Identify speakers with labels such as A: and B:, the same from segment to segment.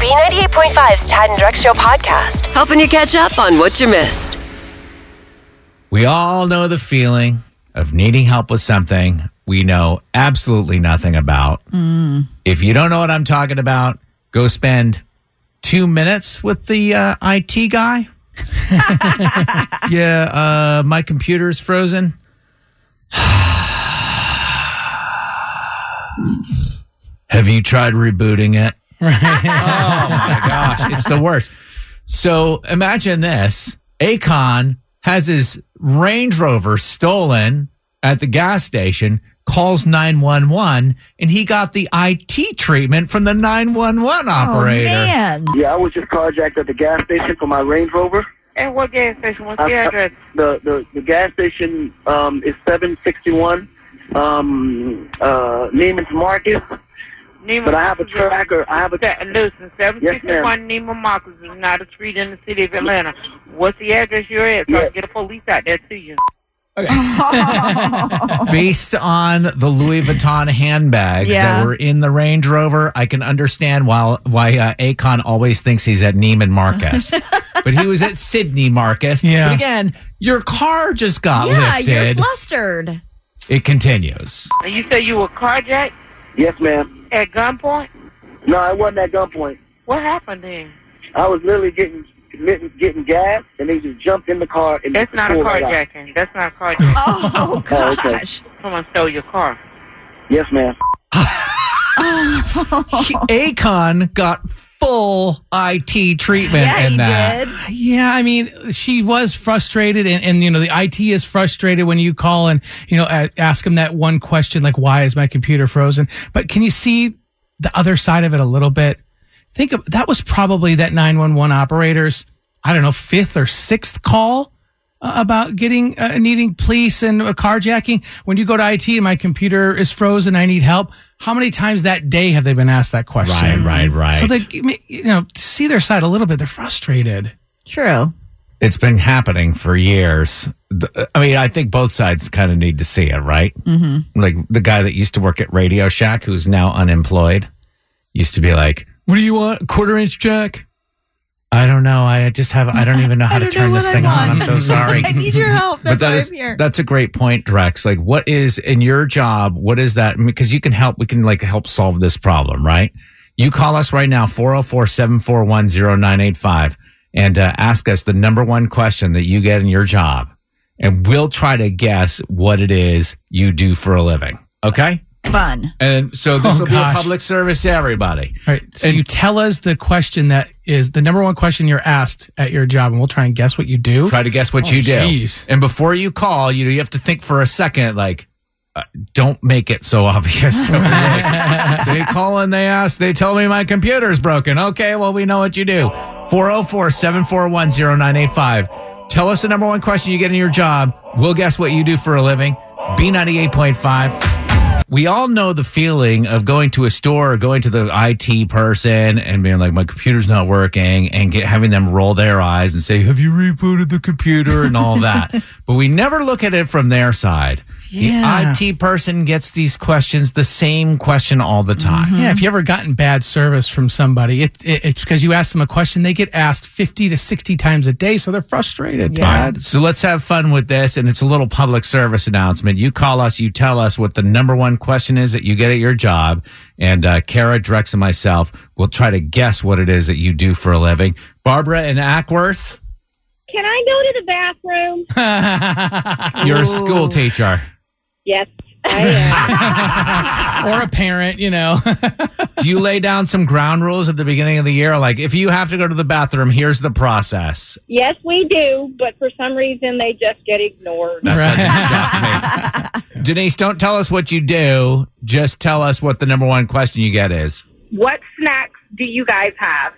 A: B98.5's Tad and Drex Show podcast, helping you catch up on what you missed.
B: We all know the feeling of needing help with something we know absolutely nothing about. If you don't know what I'm talking about, go spend two minutes with the uh, IT guy. yeah, uh, my computer's frozen. Have you tried rebooting it? gosh, it's the worst. So imagine this Akon has his Range Rover stolen at the gas station, calls 911, and he got the IT treatment from the 911 operator.
C: Yeah, I was just carjacked at the gas station for my Range Rover.
D: At what gas station? What's
C: I'm-
D: the address?
C: The the, the gas station um, is 761 um, uh, Neiman's Market,
D: Neiman
C: but I have a tracker. I have a
D: Marcus is- Listen,
C: Yes, ma'am.
D: 761 Neiman Marcus is not a street in the city of Atlanta. What's the address you're at? So I
C: Yeah.
D: can get a police out there to you.
B: Based on the Louis Vuitton handbags
E: Yeah.
B: that were in the Range Rover, I can understand why why uh, Akon always thinks he's at Neiman Marcus, but he was at Sydney Marcus.
F: Yeah.
B: But again, your car just got
E: yeah, you're
B: lifted.
E: flustered.
B: it continues.
D: And you say you were carjacked
C: yes, ma'am.
D: at gunpoint?
C: No, it wasn't at gunpoint.
D: What happened then?
C: I was literally getting getting- getting gas, and they just jumped in the car. And
D: That's
C: just
D: not a
C: pulled right out.
D: carjacking. That's not a carjacking.
E: Oh
C: Oh,
E: gosh.
C: okay.
D: Someone stole your car.
C: Yes, ma'am.
B: He- Akon got full IT treatment
E: Yeah,
B: in
E: he
B: that.
E: did.
F: Yeah, I mean, she was frustrated, and, and you know, the IT is frustrated when you call and you know a- ask them that one question, like, "Why is my computer frozen?" But can you see the other side of it a little bit? Think of that was probably that nine one one operator's, I don't know, fifth or sixth call uh, about getting uh, needing police and uh, carjacking. When you go to IT and my computer is frozen, I need help. How many times that day have they been asked that question?
B: right, right.
F: So they, you know, see their side a little bit. They're frustrated.
E: True.
B: it's been happening for years. The- I mean, I think both sides kind of need to see it, right? Mm-hmm. Like the guy that used to work at Radio Shack, who's now unemployed, used to be like, "What do you want? A quarter inch jack?" I don't know. I just have. I don't even know how to turn this thing on. I'm so sorry.
E: I need your help. That's
B: that
E: why
B: is-
E: I'm here.
B: that's a great point, Drex. Like, what is in your job? What is that? Because you can help. We can like help solve this problem, right? You call us right now, 404 741 0985, and uh, ask us the number one question that you get in your job. And we'll try to guess what it is you do for a living. Okay.
E: Fun.
B: And so this
F: Oh,
B: will be a
F: gosh.
B: public service to everybody.
F: All right. So you tell us the question that is the number one question you're asked at your job, and we'll try and guess what you do.
B: Try to guess what
F: Oh,
B: you do.
F: jeez.
B: And before you call, you you have to think for a second, like, uh, don't make it so obvious. they call and they ask, they tell me my computer's broken. Okay, well, we know what you do. 404 741 0985. Tell us the number one question you get in your job. We'll guess what you do for a living. B98.5. We all know the feeling of going to a store or going to the IT person and being like, my computer's not working and get, having them roll their eyes and say, have you rebooted the computer and all that. but we never look at it from their side.
F: Yeah.
B: The IT person gets these questions, the same question all the time.
F: Yeah, if you ever gotten bad service from somebody, it, it, it's because you ask them a question they get asked fifty to sixty times a day, so they're frustrated.
B: All
F: Todd.
B: right, so let's have fun with this, and it's a little public service announcement. You call us, you tell us what the number one question is that you get at your job, and uh, Kara, Drex, and myself will try to guess what it is that you do for a living. Barbara and Ackworth,
G: Can I go to the bathroom?
B: you're a school teacher.
G: Yes, I am.
F: Or a parent, you know.
B: Do you lay down some ground rules at the beginning of the year? Like, if you have to go to the bathroom, here's the process.
G: yes, we do, but for some reason they just get ignored.
F: Right.
B: That doesn't shock me. Denise, don't tell us what you do. Just tell us what the number one question you get is.
G: What snacks do you guys have?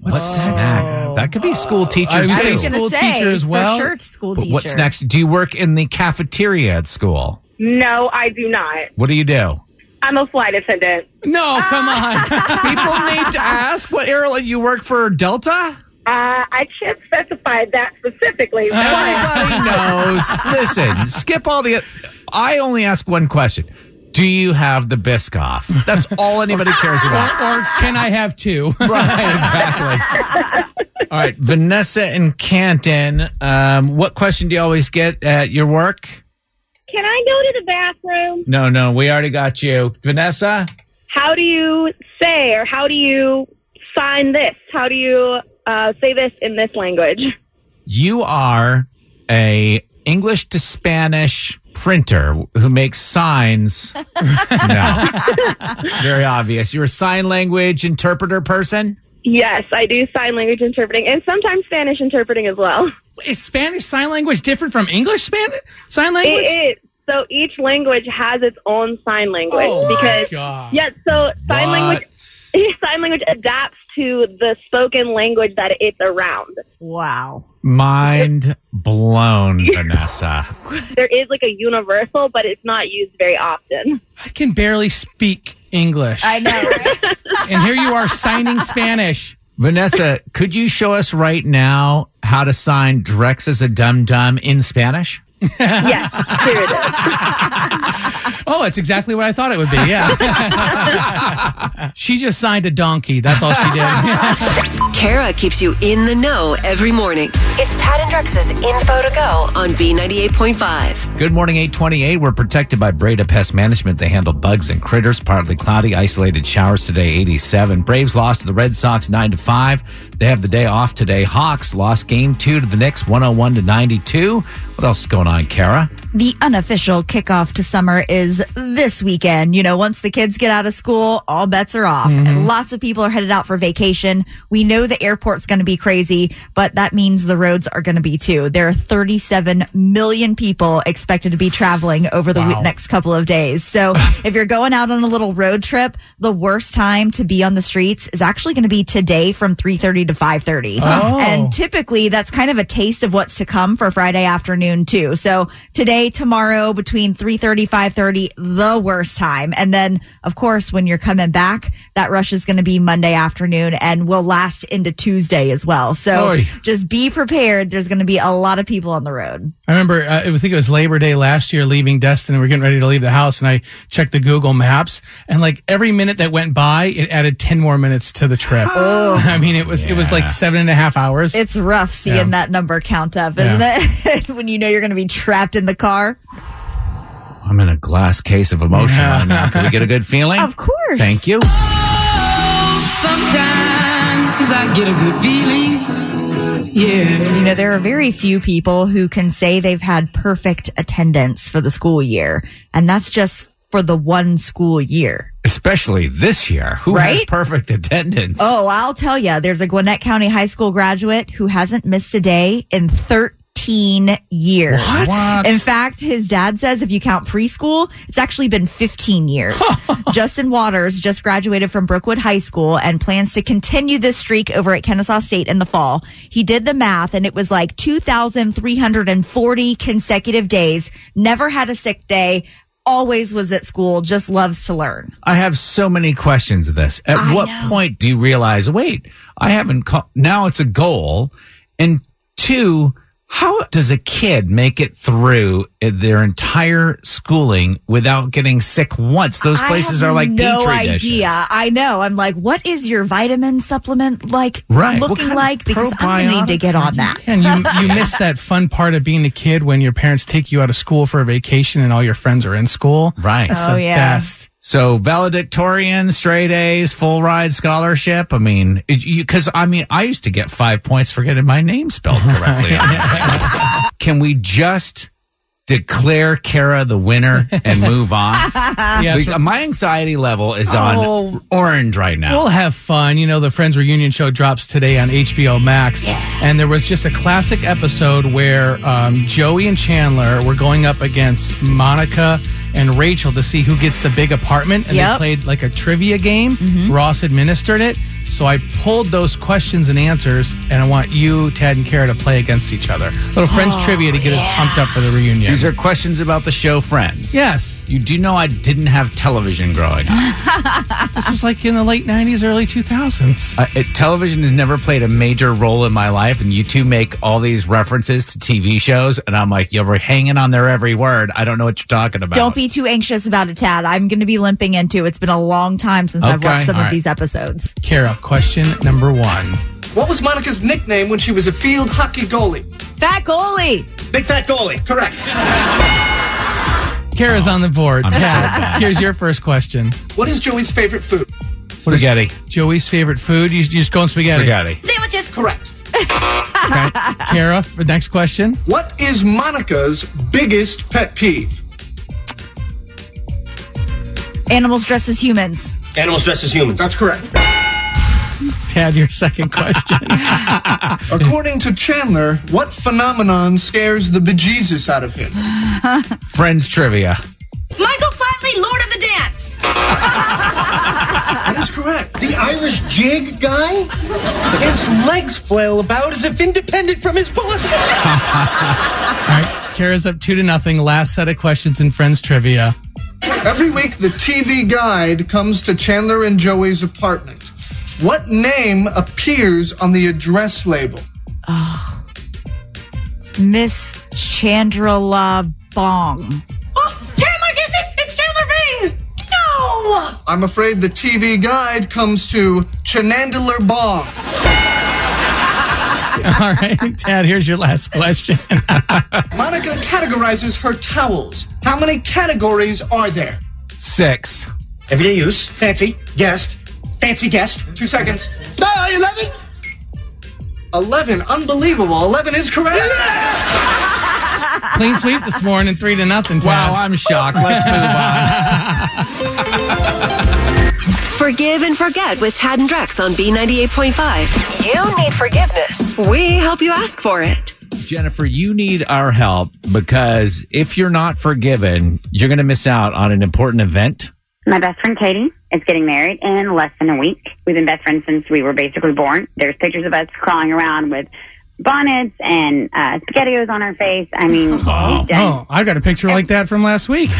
B: What's next? Oh. That could be school teacher
F: I was
B: too.
F: saying
E: gonna
F: school teacher as well?
E: For sure, school
B: But
E: teacher.
B: what's next? Do you work in the cafeteria at school?
G: No, I do not.
B: What do you do?
G: I'm a flight attendant.
F: No, Oh, come on.
B: People need to ask what airline you work for. Delta.
G: Uh, I can't specify that specifically. but-
F: Ah.
B: Everybody knows. Listen, skip all the. I only ask one question. Do you have the Biscoff? That's all anybody cares about.
F: or can I have two?
B: Right, exactly. All right, Vanessa and Canton. Um, what question do you always get at your work?
G: Can I go to the bathroom?
B: No, no, we already got you, Vanessa.
G: How do you say or how do you sign this? How do you uh, say this in this language?
B: You are a English to Spanish printer who makes signs. no, very obvious. You're a sign language interpreter person.
G: Yes, I do sign language interpreting and sometimes Spanish interpreting as well.
F: Is Spanish sign language different from English Spanish sign language?
G: It is. So each language has its own sign language
F: Oh, my
G: because
F: God.
G: yes, so sign language
B: What?
G: sign language adapts to the spoken language that it's around.
E: Wow.
B: Mind blown, Vanessa.
G: There is like a universal, but it's not used very often.
F: I can barely speak English.
E: I know. right?
F: and here you are signing Spanish.
B: Vanessa, could you show us right now how to sign Drex as a dum dum in Spanish?
G: Yes, here it is.
F: Oh, it's exactly what I thought it would be. Yeah. she just signed a donkey. That's all she did.
A: Kara keeps you in the know every morning. It's Tad and Drex's info to go on B98.5.
B: Good morning, 828. We're protected by Breda Pest Management. They handle bugs and critters. Partly cloudy, isolated showers today, 87. Braves lost to the Red Sox 9 to 5. They have the day off today. Hawks lost game two to the Knicks 101 to 92. What else is going on, Kara?
E: the unofficial kickoff to summer is this weekend. You know, once the kids get out of school, all bets are off. And lots of people are headed out for vacation. We know the airport's going to be crazy, but that means the roads are going to be too. There are 37 million people expected to be traveling over the
F: Wow.
E: week- next couple of days. So if you're going out on a little road trip, the worst time to be on the streets is actually going to be today from 3:30 to 5:30.
F: Oh.
E: And typically that's kind of a taste of what's to come for Friday afternoon too. So today, tomorrow between 3:30 5:30 the worst time. And then of course when you're coming back, that rush is going to be Monday afternoon and will last into Tuesday as well. So
B: Oy.
E: just be prepared. There's going to be a lot of people on the road.
F: I remember, uh, I think it was Labor Day last year, leaving Destin, and we're getting ready to leave the house. And I checked the Google Maps, and like every minute that went by, it added 10 more minutes to the trip. I mean, it was, it was like seven and a half hours.
E: It's rough seeing
F: Yeah.
E: that number count up, isn't it? when you know you're going to be trapped in the car.
B: I'm in a glass case of emotion right now. Can we get a good feeling?
E: Of course.
B: Thank you.
H: Sometimes I get a good feeling. Yeah.
E: You know, there are very few people who can say they've had perfect attendance for the school year, and that's just for the one school year.
B: Especially this year. Who has
E: Right?
B: perfect attendance?
E: Oh, I'll tell you, there's a Gwinnett County High School graduate who hasn't missed a day in 13 years.
B: What?
E: In fact, his dad says if you count preschool, it's actually been 15 years. Justin Waters just graduated from Brookwood High School and plans to continue this streak over at Kennesaw State in the fall. He did the math and it was like 2,340 consecutive days. Never had a sick day. Always was at school, just loves to learn.
B: I have so many questions of this. At what point do you realize, wait, I haven't called, now it's a goal? And two, how does a kid make it through their entire schooling without getting sick once? Those places
E: I have
B: are like
E: no
B: petri
E: idea.
B: dishes.
E: I know. I'm like, what is your vitamin supplement like
B: Right. What
E: looking
B: kind of
E: like? Because I'm gonna need to
B: probiotics
E: get
B: are
E: on
B: you
E: that.
F: And you, you miss that fun part of being a kid when your parents take you out of school for a vacation and all your friends are in school.
B: Right.
F: That's
E: Oh,
F: the
E: yeah.
F: best.
B: So valedictorian, straight A's, full ride scholarship. I mean, because I mean, I used to get five points for getting my name spelled correctly. Can we just declare Kara the winner and move on?
F: Yes.
B: We- uh, my anxiety level is
E: Oh.
B: on orange right now.
F: We'll have fun. You know, the Friends Reunion show drops today on HBO Max. And there was just a classic episode where um, Joey and Chandler were going up against Monica and Rachel to see who gets the big apartment. And
E: Yep.
F: they played like a trivia game. Ross administered it. So I pulled those questions and answers, and I want you, Ted, and Kara to play against each other. Little Friends trivia to get us pumped up for the reunion.
B: These are questions about the show Friends.
F: yes.
B: You do know I didn't have television growing up.
F: This was like in the late 90s, early 2000s.
B: Uh, it, television has never played a major role in my life, and you two make all these references to TV shows, and I'm like, you're hanging on their every word. I don't know what you're talking about.
E: Don't be too anxious about it, Tad. I'm going to be limping into. It's been a long time since I've
F: Okay,
E: watched some
F: all
E: of
F: right.
E: these episodes.
F: Kara, question number one.
I: What was Monica's nickname when she was a field hockey goalie?
E: Fat goalie.
I: Big fat goalie, correct.
F: Kara's on the board.
B: so
F: Tad, here's your first question.
I: What is Joey's favorite food?
B: spaghetti.
F: Joey's favorite food? You, you just going spaghetti.
B: Spaghetti.
I: Sandwiches. Correct.
F: Kara, for next question.
I: What is Monica's biggest pet peeve?
E: Animals dressed as humans.
J: Animals dressed as humans.
I: That's correct.
F: Tad, your second question.
I: According to Chandler, what phenomenon scares the bejesus out of him?
B: Friends trivia.
G: Michael Flatley, Lord of the Dance.
I: That is correct.
J: The Irish jig guy? His legs flail about as if independent from his body.
F: All right. Kara's up two to nothing. Last set of questions in Friends trivia.
I: Every week, the TV guide comes to Chandler and Joey's apartment. What name appears on the address label?
E: Miss Chandra La Bong.
G: Oh, Chandler gets it. It's Chandler Bing. No.
I: I'm afraid the TV guide comes to Chenandler Bong.
F: All right. Tad, here's your last question.
I: Monica categorizes her towels. How many categories are there?
B: Six.
J: Everyday use, fancy, guest, fancy guest.
I: Two seconds. No, 11? 11. Unbelievable. 11 is correct.
F: Clean sweep this morning, three to nothing. Tad.
B: Wow, I'm shocked. Let's move on.
A: Forgive and forget with Tad and Drex on B98.5. You need forgiveness. We help you ask for it.
B: Jennifer, you need our help because if you're not forgiven, you're going to miss out on an important event.
K: My best friend Katie is getting married in less than a week. We've been best friends since we were basically born. There's pictures of us crawling around with bonnets and uh, spaghettios on our face. I mean, we've done.
F: Oh, I got a picture like that from last week.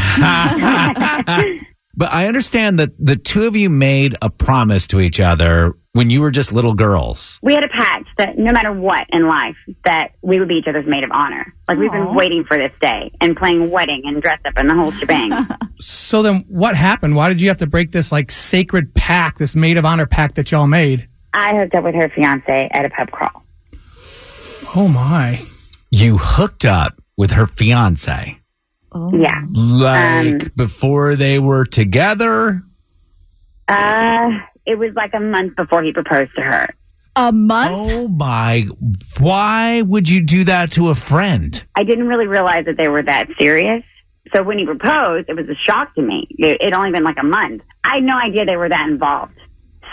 B: But I understand that the two of you made a promise to each other when you were just little girls.
K: We had a pact that no matter what in life, that we would be each other's maid of honor. Like we've been waiting for this day and playing wedding and dress up and the whole shebang.
F: So then what happened? Why did you have to break this like sacred pact, this maid of honor pact that y'all made?
K: I hooked up with her fiance at a pub crawl.
F: Oh my.
B: You hooked up with her fiance.
K: Yeah.
B: Like before they were together.
K: Uh, it was like a month before he proposed to her.
E: A month?
B: Oh my. Why would you do that to a friend?
K: I didn't really realize that they were that serious. So when he proposed, it was a shock to me. It it only been like a month. I had no idea they were that involved.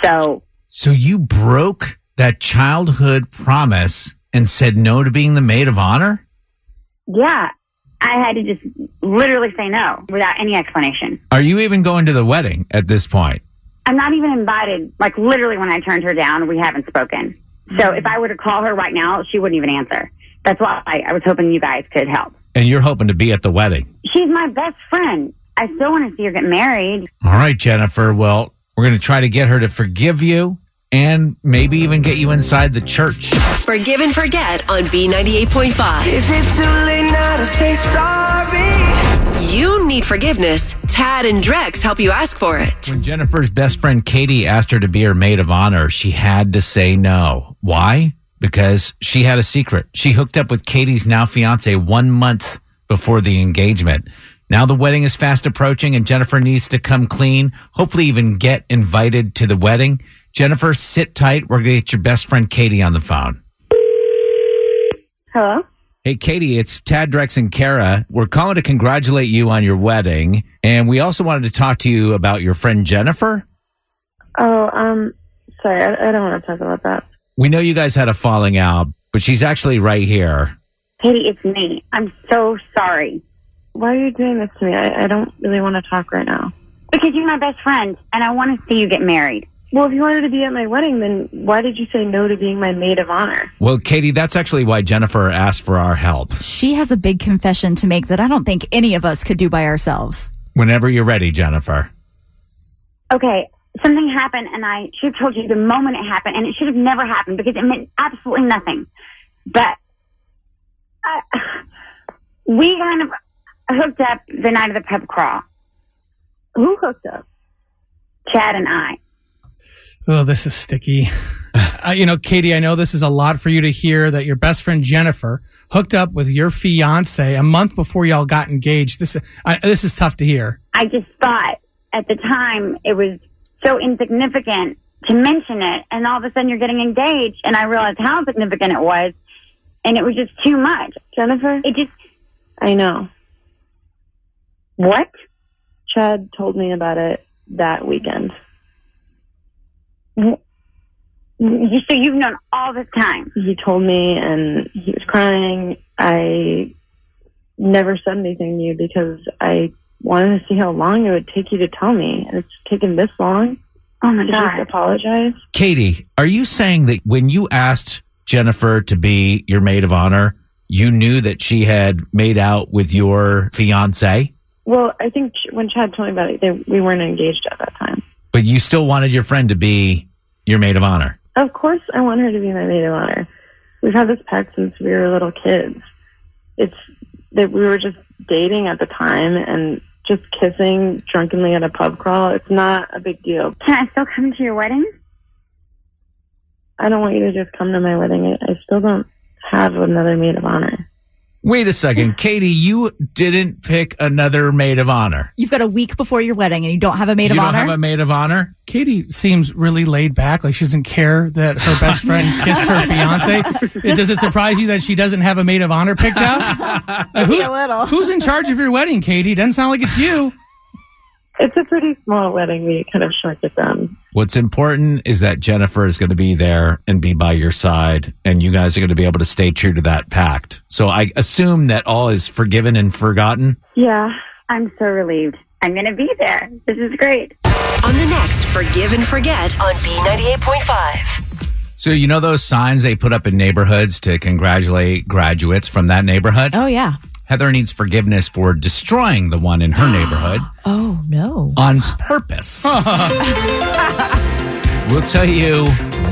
K: So
B: So you broke that childhood promise and said no to being the maid of honor?
K: yeah, I had to just literally say no without any explanation.
B: Are you even going to the wedding at this point?
K: I'm not even invited. Like literally when I turned her down, we haven't spoken. So if I were to call her right now, she wouldn't even answer. That's why I, I was hoping you guys could help.
B: And you're hoping to be at the wedding.
K: She's my best friend. I still want to see her get married.
B: All right, Jennifer. Well, we're going to try to get her to forgive you and maybe even get you inside the church.
A: Forgive and forget on B98.5.
H: Is it too late now to say sorry?
A: You need forgiveness. Tad and Drex help you ask for it.
B: When Jennifer's best friend Katie asked her to be her maid of honor, she had to say no. Why? Because she had a secret. She hooked up with Katie's now fiance one month before the engagement. Now the wedding is fast approaching and Jennifer needs to come clean, hopefully, even get invited to the wedding. Jennifer, sit tight. We're going to get your best friend Katie on the phone.
K: Hello?
B: Hey, Katie, it's Tad Drex and Kara. We're calling to congratulate you on your wedding. And we also wanted to talk to you about your friend Jennifer.
G: Oh, um, sorry. I, I don't want to talk about that.
B: We know you guys had a falling out, but she's actually right here.
K: Katie, it's me. I'm so sorry.
L: why are you doing this to me? I, I don't really want to talk right now.
K: Because you're my best friend, and I want to see you get married.
L: Well, if you wanted to be at my wedding, then why did you say no to being my maid of honor?
B: Well, Katie, that's actually why Jennifer asked for our help.
E: She has a big confession to make that I don't think any of us could do by ourselves.
B: Whenever you're ready, Jennifer.
K: Okay, something happened, and I should have told you the moment it happened, and it should have never happened because it meant absolutely nothing. But I, we kind of hooked up the night of the pub crawl.
L: Who hooked up?
K: Chad and I.
F: Oh, this is sticky. uh, you know, Katie, I know this is a lot for you to hear that your best friend Jennifer hooked up with your fiance a month before y'all got engaged. This I, this is tough to hear.
K: I just thought at the time it was so insignificant to mention it, and all of a sudden you're getting engaged, and I realized how significant it was, and it was just too much.
L: Jennifer?
K: It just
L: I know.
K: what?
L: Chad told me about it that weekend.
K: You, so you've known all this time.
L: He told me, and he was crying. I never said anything to you because I wanted to see how long it would take you to tell me. And it's taken this long.
K: Oh my
L: to
K: God.
L: Just apologize.
B: Katie, are you saying that when you asked Jennifer to be your maid of honor, you knew that she had made out with your fiance,
L: Well, I think ch- when Chad told me about it, they, we weren't engaged at that time.
B: but you still wanted your friend to be your maid of honor?
L: Of course, I want her to be my maid of honor. We've had this pact since we were little kids. It's that we were just dating at the time and just kissing drunkenly at a pub crawl. It's not a big deal.
K: Can I still come to your wedding?
L: I don't want you to just come to my wedding. I, I still don't have another maid of honor.
B: Wait a second, Katie, you didn't pick another maid of honor.
E: You've got a week before your wedding and you don't have a maid
B: you
E: of
B: don't
E: honor.
B: have a maid of honor?
F: Katie seems really laid back, like she doesn't care that her best friend kissed her fiance. It does it surprise you that she doesn't have a maid of honor picked out? Uh, who-
E: Maybe a little.
F: Who's in charge of your wedding, Katie? Doesn't sound like it's you.
L: It's a pretty small wedding. We kind of shrunk it down.
B: What's important is that Jennifer is going to be there and be by your side, and you guys are going to be able to stay true to that pact. So I assume that all is forgiven and forgotten.
L: Yeah.
K: I'm so relieved. I'm going to be there. This is great.
A: On the next Forgive and Forget on B98.5.
B: So you know those signs they put up in neighborhoods to congratulate graduates from that neighborhood?
E: Oh, yeah.
B: Heather needs forgiveness for destroying the one in her neighborhood
E: Oh, no.
B: on purpose. We'll tell you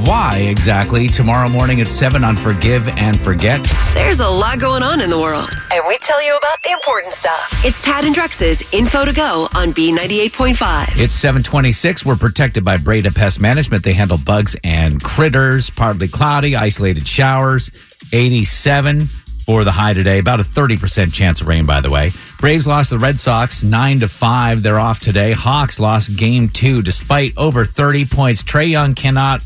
B: why exactly tomorrow morning at 7 on Forgive and Forget.
A: There's a lot going on in the world, and we tell you about the important stuff. It's Tad and Drex's Info to Go on B98.5.
B: It's 726. We're protected by Breda Pest Management. They handle bugs and critters, partly cloudy, isolated showers. 87 for the high today. About a 30% chance of rain, by the way. Braves lost to the Red Sox 9 to 5. They're off today. Hawks lost game two despite over 30 points. Trey Young cannot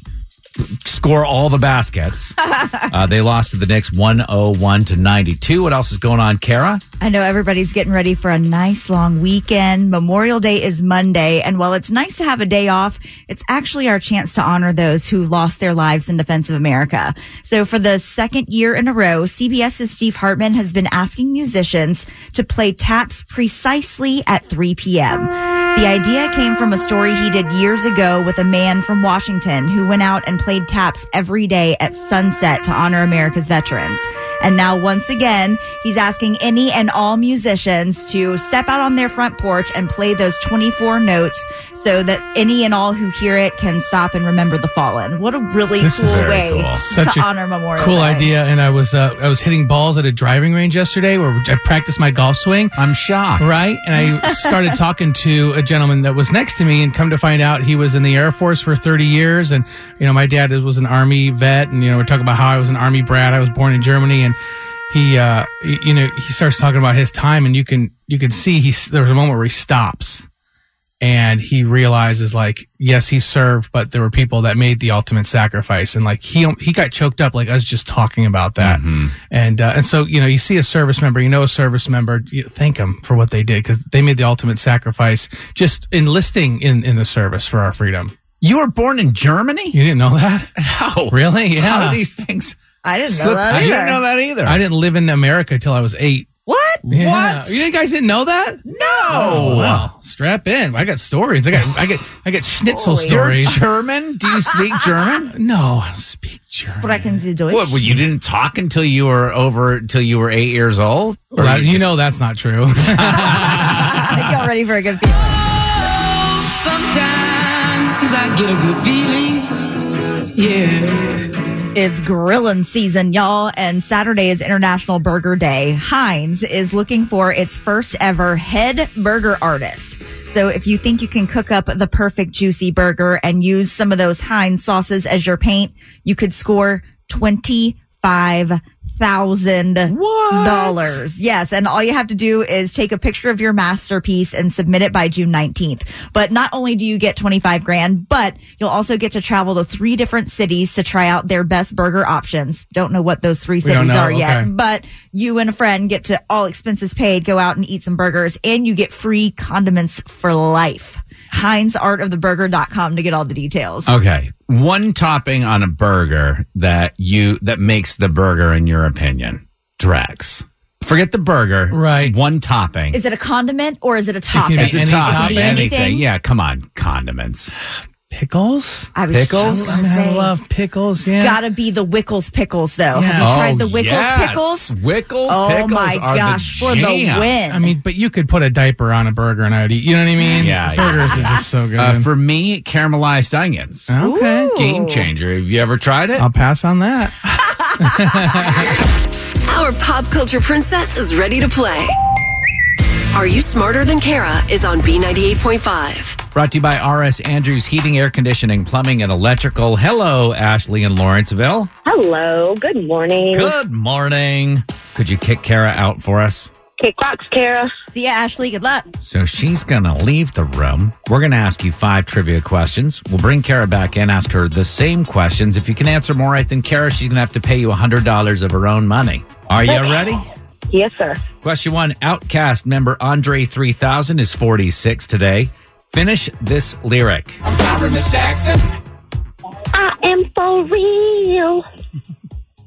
B: score all the baskets. uh, they lost to the Knicks 101 to 92. What else is going on, Kara?
E: I know everybody's getting ready for a nice long weekend. Memorial Day is Monday. And while it's nice to have a day off, it's actually our chance to honor those who lost their lives in defense of America. So for the second year in a row, CBS's Steve Hartman has been asking musicians to play taps precisely at 3 p.m. The idea came from a story he did years ago with a man from Washington who went out and played taps every day at sunset to honor America's veterans. And now, once again, he's asking any and all musicians to step out on their front porch and play those 24 notes so that any and all who hear it can stop and remember the fallen. What a really
F: This is
E: cool
F: very
E: way
F: cool.
E: to
F: Such a
E: honor Memorial
F: cool
E: Day.
F: idea. And I was uh, I was hitting balls at a driving range yesterday where I practiced my golf swing.
B: I'm shocked.
F: Right? And I started talking to a gentleman that was next to me, and come to find out he was in the Air Force for 30 years. And, you know, my dad is- was an Army vet, and, you know, we're talking about how I was an Army brat. I was born in Germany, and he, uh, y- you know, he starts talking about his time, and you can, you can see he's, there was a moment where he stops and he realizes like yes he served but there were people that made the ultimate sacrifice and like he he got choked up like us just talking about that
B: Mm-hmm.
F: and uh, and so you know you see a service member you know a service member you thank them for what they did because they made the ultimate sacrifice just enlisting in in the service for our freedom
B: You were born in Germany?
F: you didn't know that
B: No.
F: really
B: How
F: yeah
B: do these things
E: I didn't know
B: slip-
E: that
B: I
E: either.
B: didn't know that either.
F: i didn't live in america till i was eight
E: What?
F: Yeah. What? You guys didn't know that?
E: No.
F: Oh, wow. Strap in. I got stories. I got I get I get schnitzel
B: You're
F: stories.
B: German? Do you speak German?
F: No, I don't speak German.
E: Sprechen Sie Deutsch?
B: What? Well, you didn't talk until you were over until you were eight years old.
F: Well, you know that's not true.
E: I think y'all ready for a good feeling.
H: Sometimes I get a good feeling. Yeah.
E: It's grilling season, y'all, and Saturday is International Burger Day. Heinz is looking for its first ever head burger artist. So if you think you can cook up the perfect juicy burger and use some of those Heinz sauces as your paint, you could score $25,000. Yes. And all you have to do is take a picture of your masterpiece and submit it by June 19th. But not only do you get 25 grand, but you'll also get to travel to three different cities to try out their best burger options. Don't know what those three
M: We don't
E: cities
M: know,
E: are yet,
M: okay.
E: but you and a friend get to all expenses paid, go out and eat some burgers and you get free condiments for life. HeinzArtOfTheBurger.com to get all the details.
B: Okay. One topping on a burger that you that makes the burger, in your opinion, Drex. Forget the burger. Right. One topping.
E: Is it a condiment or is it a topping?
B: It's a topping.
E: It can be
B: anything.
E: anything.
B: Yeah. Come on. Condiments.
F: Pickles?
E: I was
F: Pickles?
E: just gonna
F: I mean, I
E: say.
F: love pickles. Yeah.
E: It's gotta be the Wickles pickles though. Have you
F: Yeah.
E: tried the
F: Oh,
E: Wickles
F: yes.
E: pickles?
B: Wickles
E: oh
F: pickles
E: my
F: are the
E: gosh, for the
F: jam.
E: win.
F: I mean, but you could put a diaper on a burger and I'd eat. You know what I mean?
B: Yeah,
F: Burgers
B: yeah.
F: are just so good.
B: Uh, for me, caramelized onions.
F: Okay. Ooh.
B: Game changer. Have you ever tried it?
F: I'll pass on that.
A: Our pop culture princess is ready to play. Are You Smarter Than Kara is on B98.5.
B: Brought to you by RS Andrews Heating, Air Conditioning, Plumbing, and Electrical. Hello, Ashley in Lawrenceville.
N: Hello. Good morning.
B: Good morning. Could you kick Kara out for us?
N: Kick rocks, Kara.
E: See ya, Ashley. Good luck.
B: So she's going to leave the room. We're going to ask you five trivia questions. We'll bring Kara back in, ask her the same questions. If you can answer more right than Kara, she's going to have to pay you $100 of her own money. Are you
N: Okay.
B: ready?
N: Yes, sir.
B: Question one Outcast member Andre 3000 is 46 today. Finish this lyric.
N: I am for real.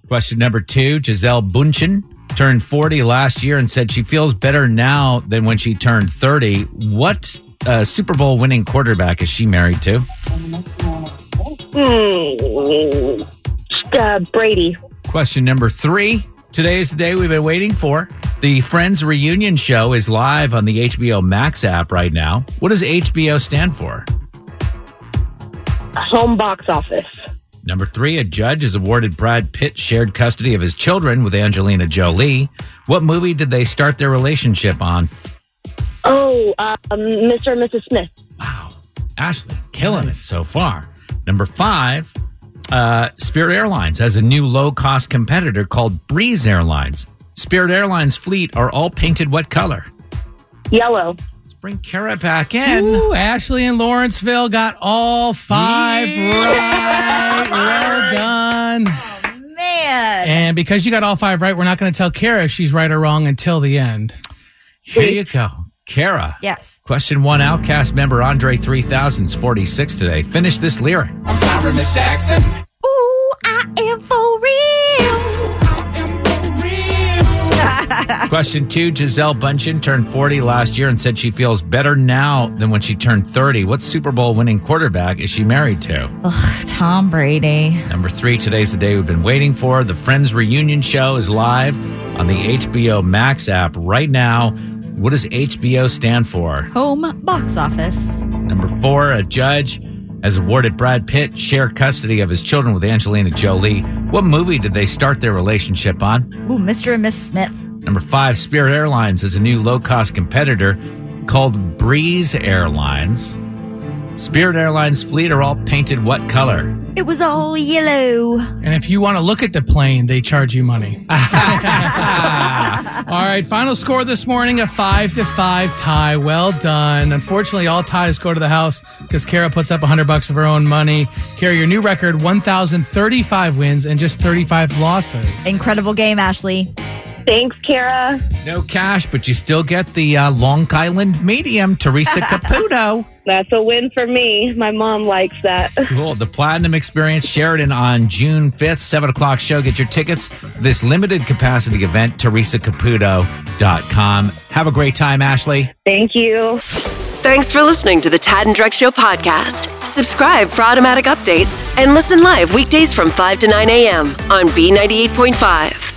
B: Question number two Giselle Bunchen turned 40 last year and said she feels better now than when she turned 30. What uh, Super Bowl winning quarterback is she married to?
N: Hmm. Uh, Brady.
B: Question number three. Today is the day we've been waiting for. The Friends reunion show is live on the HBO Max app right now. What does HBO stand for?
N: Home box office.
B: Number three, a judge has awarded Brad Pitt shared custody of his children with Angelina Jolie. What movie did they start their relationship on?
N: Oh, um, Mr. and Mrs. Smith.
B: Ashley, killing it so far. Number five, uh, Spirit Airlines has a new low cost competitor called Breeze Airlines. Spirit Airlines fleet are all painted what color?
N: Yellow.
B: Let's bring Kara back in.
F: Ooh, Ashley and Lawrenceville got all five right. Well done.
E: Man.
F: And because you got all five right, we're not going to tell Kara if she's right or wrong until the end.
B: Here you go. Kara.
E: Yes.
B: Question one Outcast member Andre 3000's 46 today. Finish this lyric.
E: I am for real.
B: Question two Giselle Bunchen turned 40 last year and said she feels better now than when she turned 30. What Super Bowl winning quarterback is she married to?
E: Ugh, Tom Brady.
B: Number three, today's the day we've been waiting for. The Friends reunion show is live on the HBO Max app right now. What does HBO stand for?
E: Home box office.
B: Number four, a judge has awarded Brad Pitt share custody of his children with Angelina Jolie. What movie did they start their relationship on?
E: Ooh, Mr. and Miss Smith.
B: Number five, Spirit Airlines is a new low cost competitor called Breeze Airlines. Spirit Airlines fleet are all painted what color?
E: It was all yellow.
F: And if you want to look at the plane, they charge you money. all right, final score this morning a five to five tie. Well done. Unfortunately, all ties go to the house because Kara puts up 100 bucks of her own money. Kara, your new record 1,035 wins and just 35 losses.
E: Incredible game, Ashley.
N: Thanks, Kara.
B: No cash, but you still get the uh, Long Island medium, Teresa Caputo.
N: That's a win for me. My mom likes that.
B: Cool. The Platinum Experience Sheridan on June 5th, 7 o'clock show. Get your tickets. This limited capacity event, teresacaputo.com. Have a great time, Ashley.
N: Thank you.
A: Thanks for listening to the Tad and Drex Show podcast. Subscribe for automatic updates and listen live weekdays from 5 to 9 a.m. on B98.5.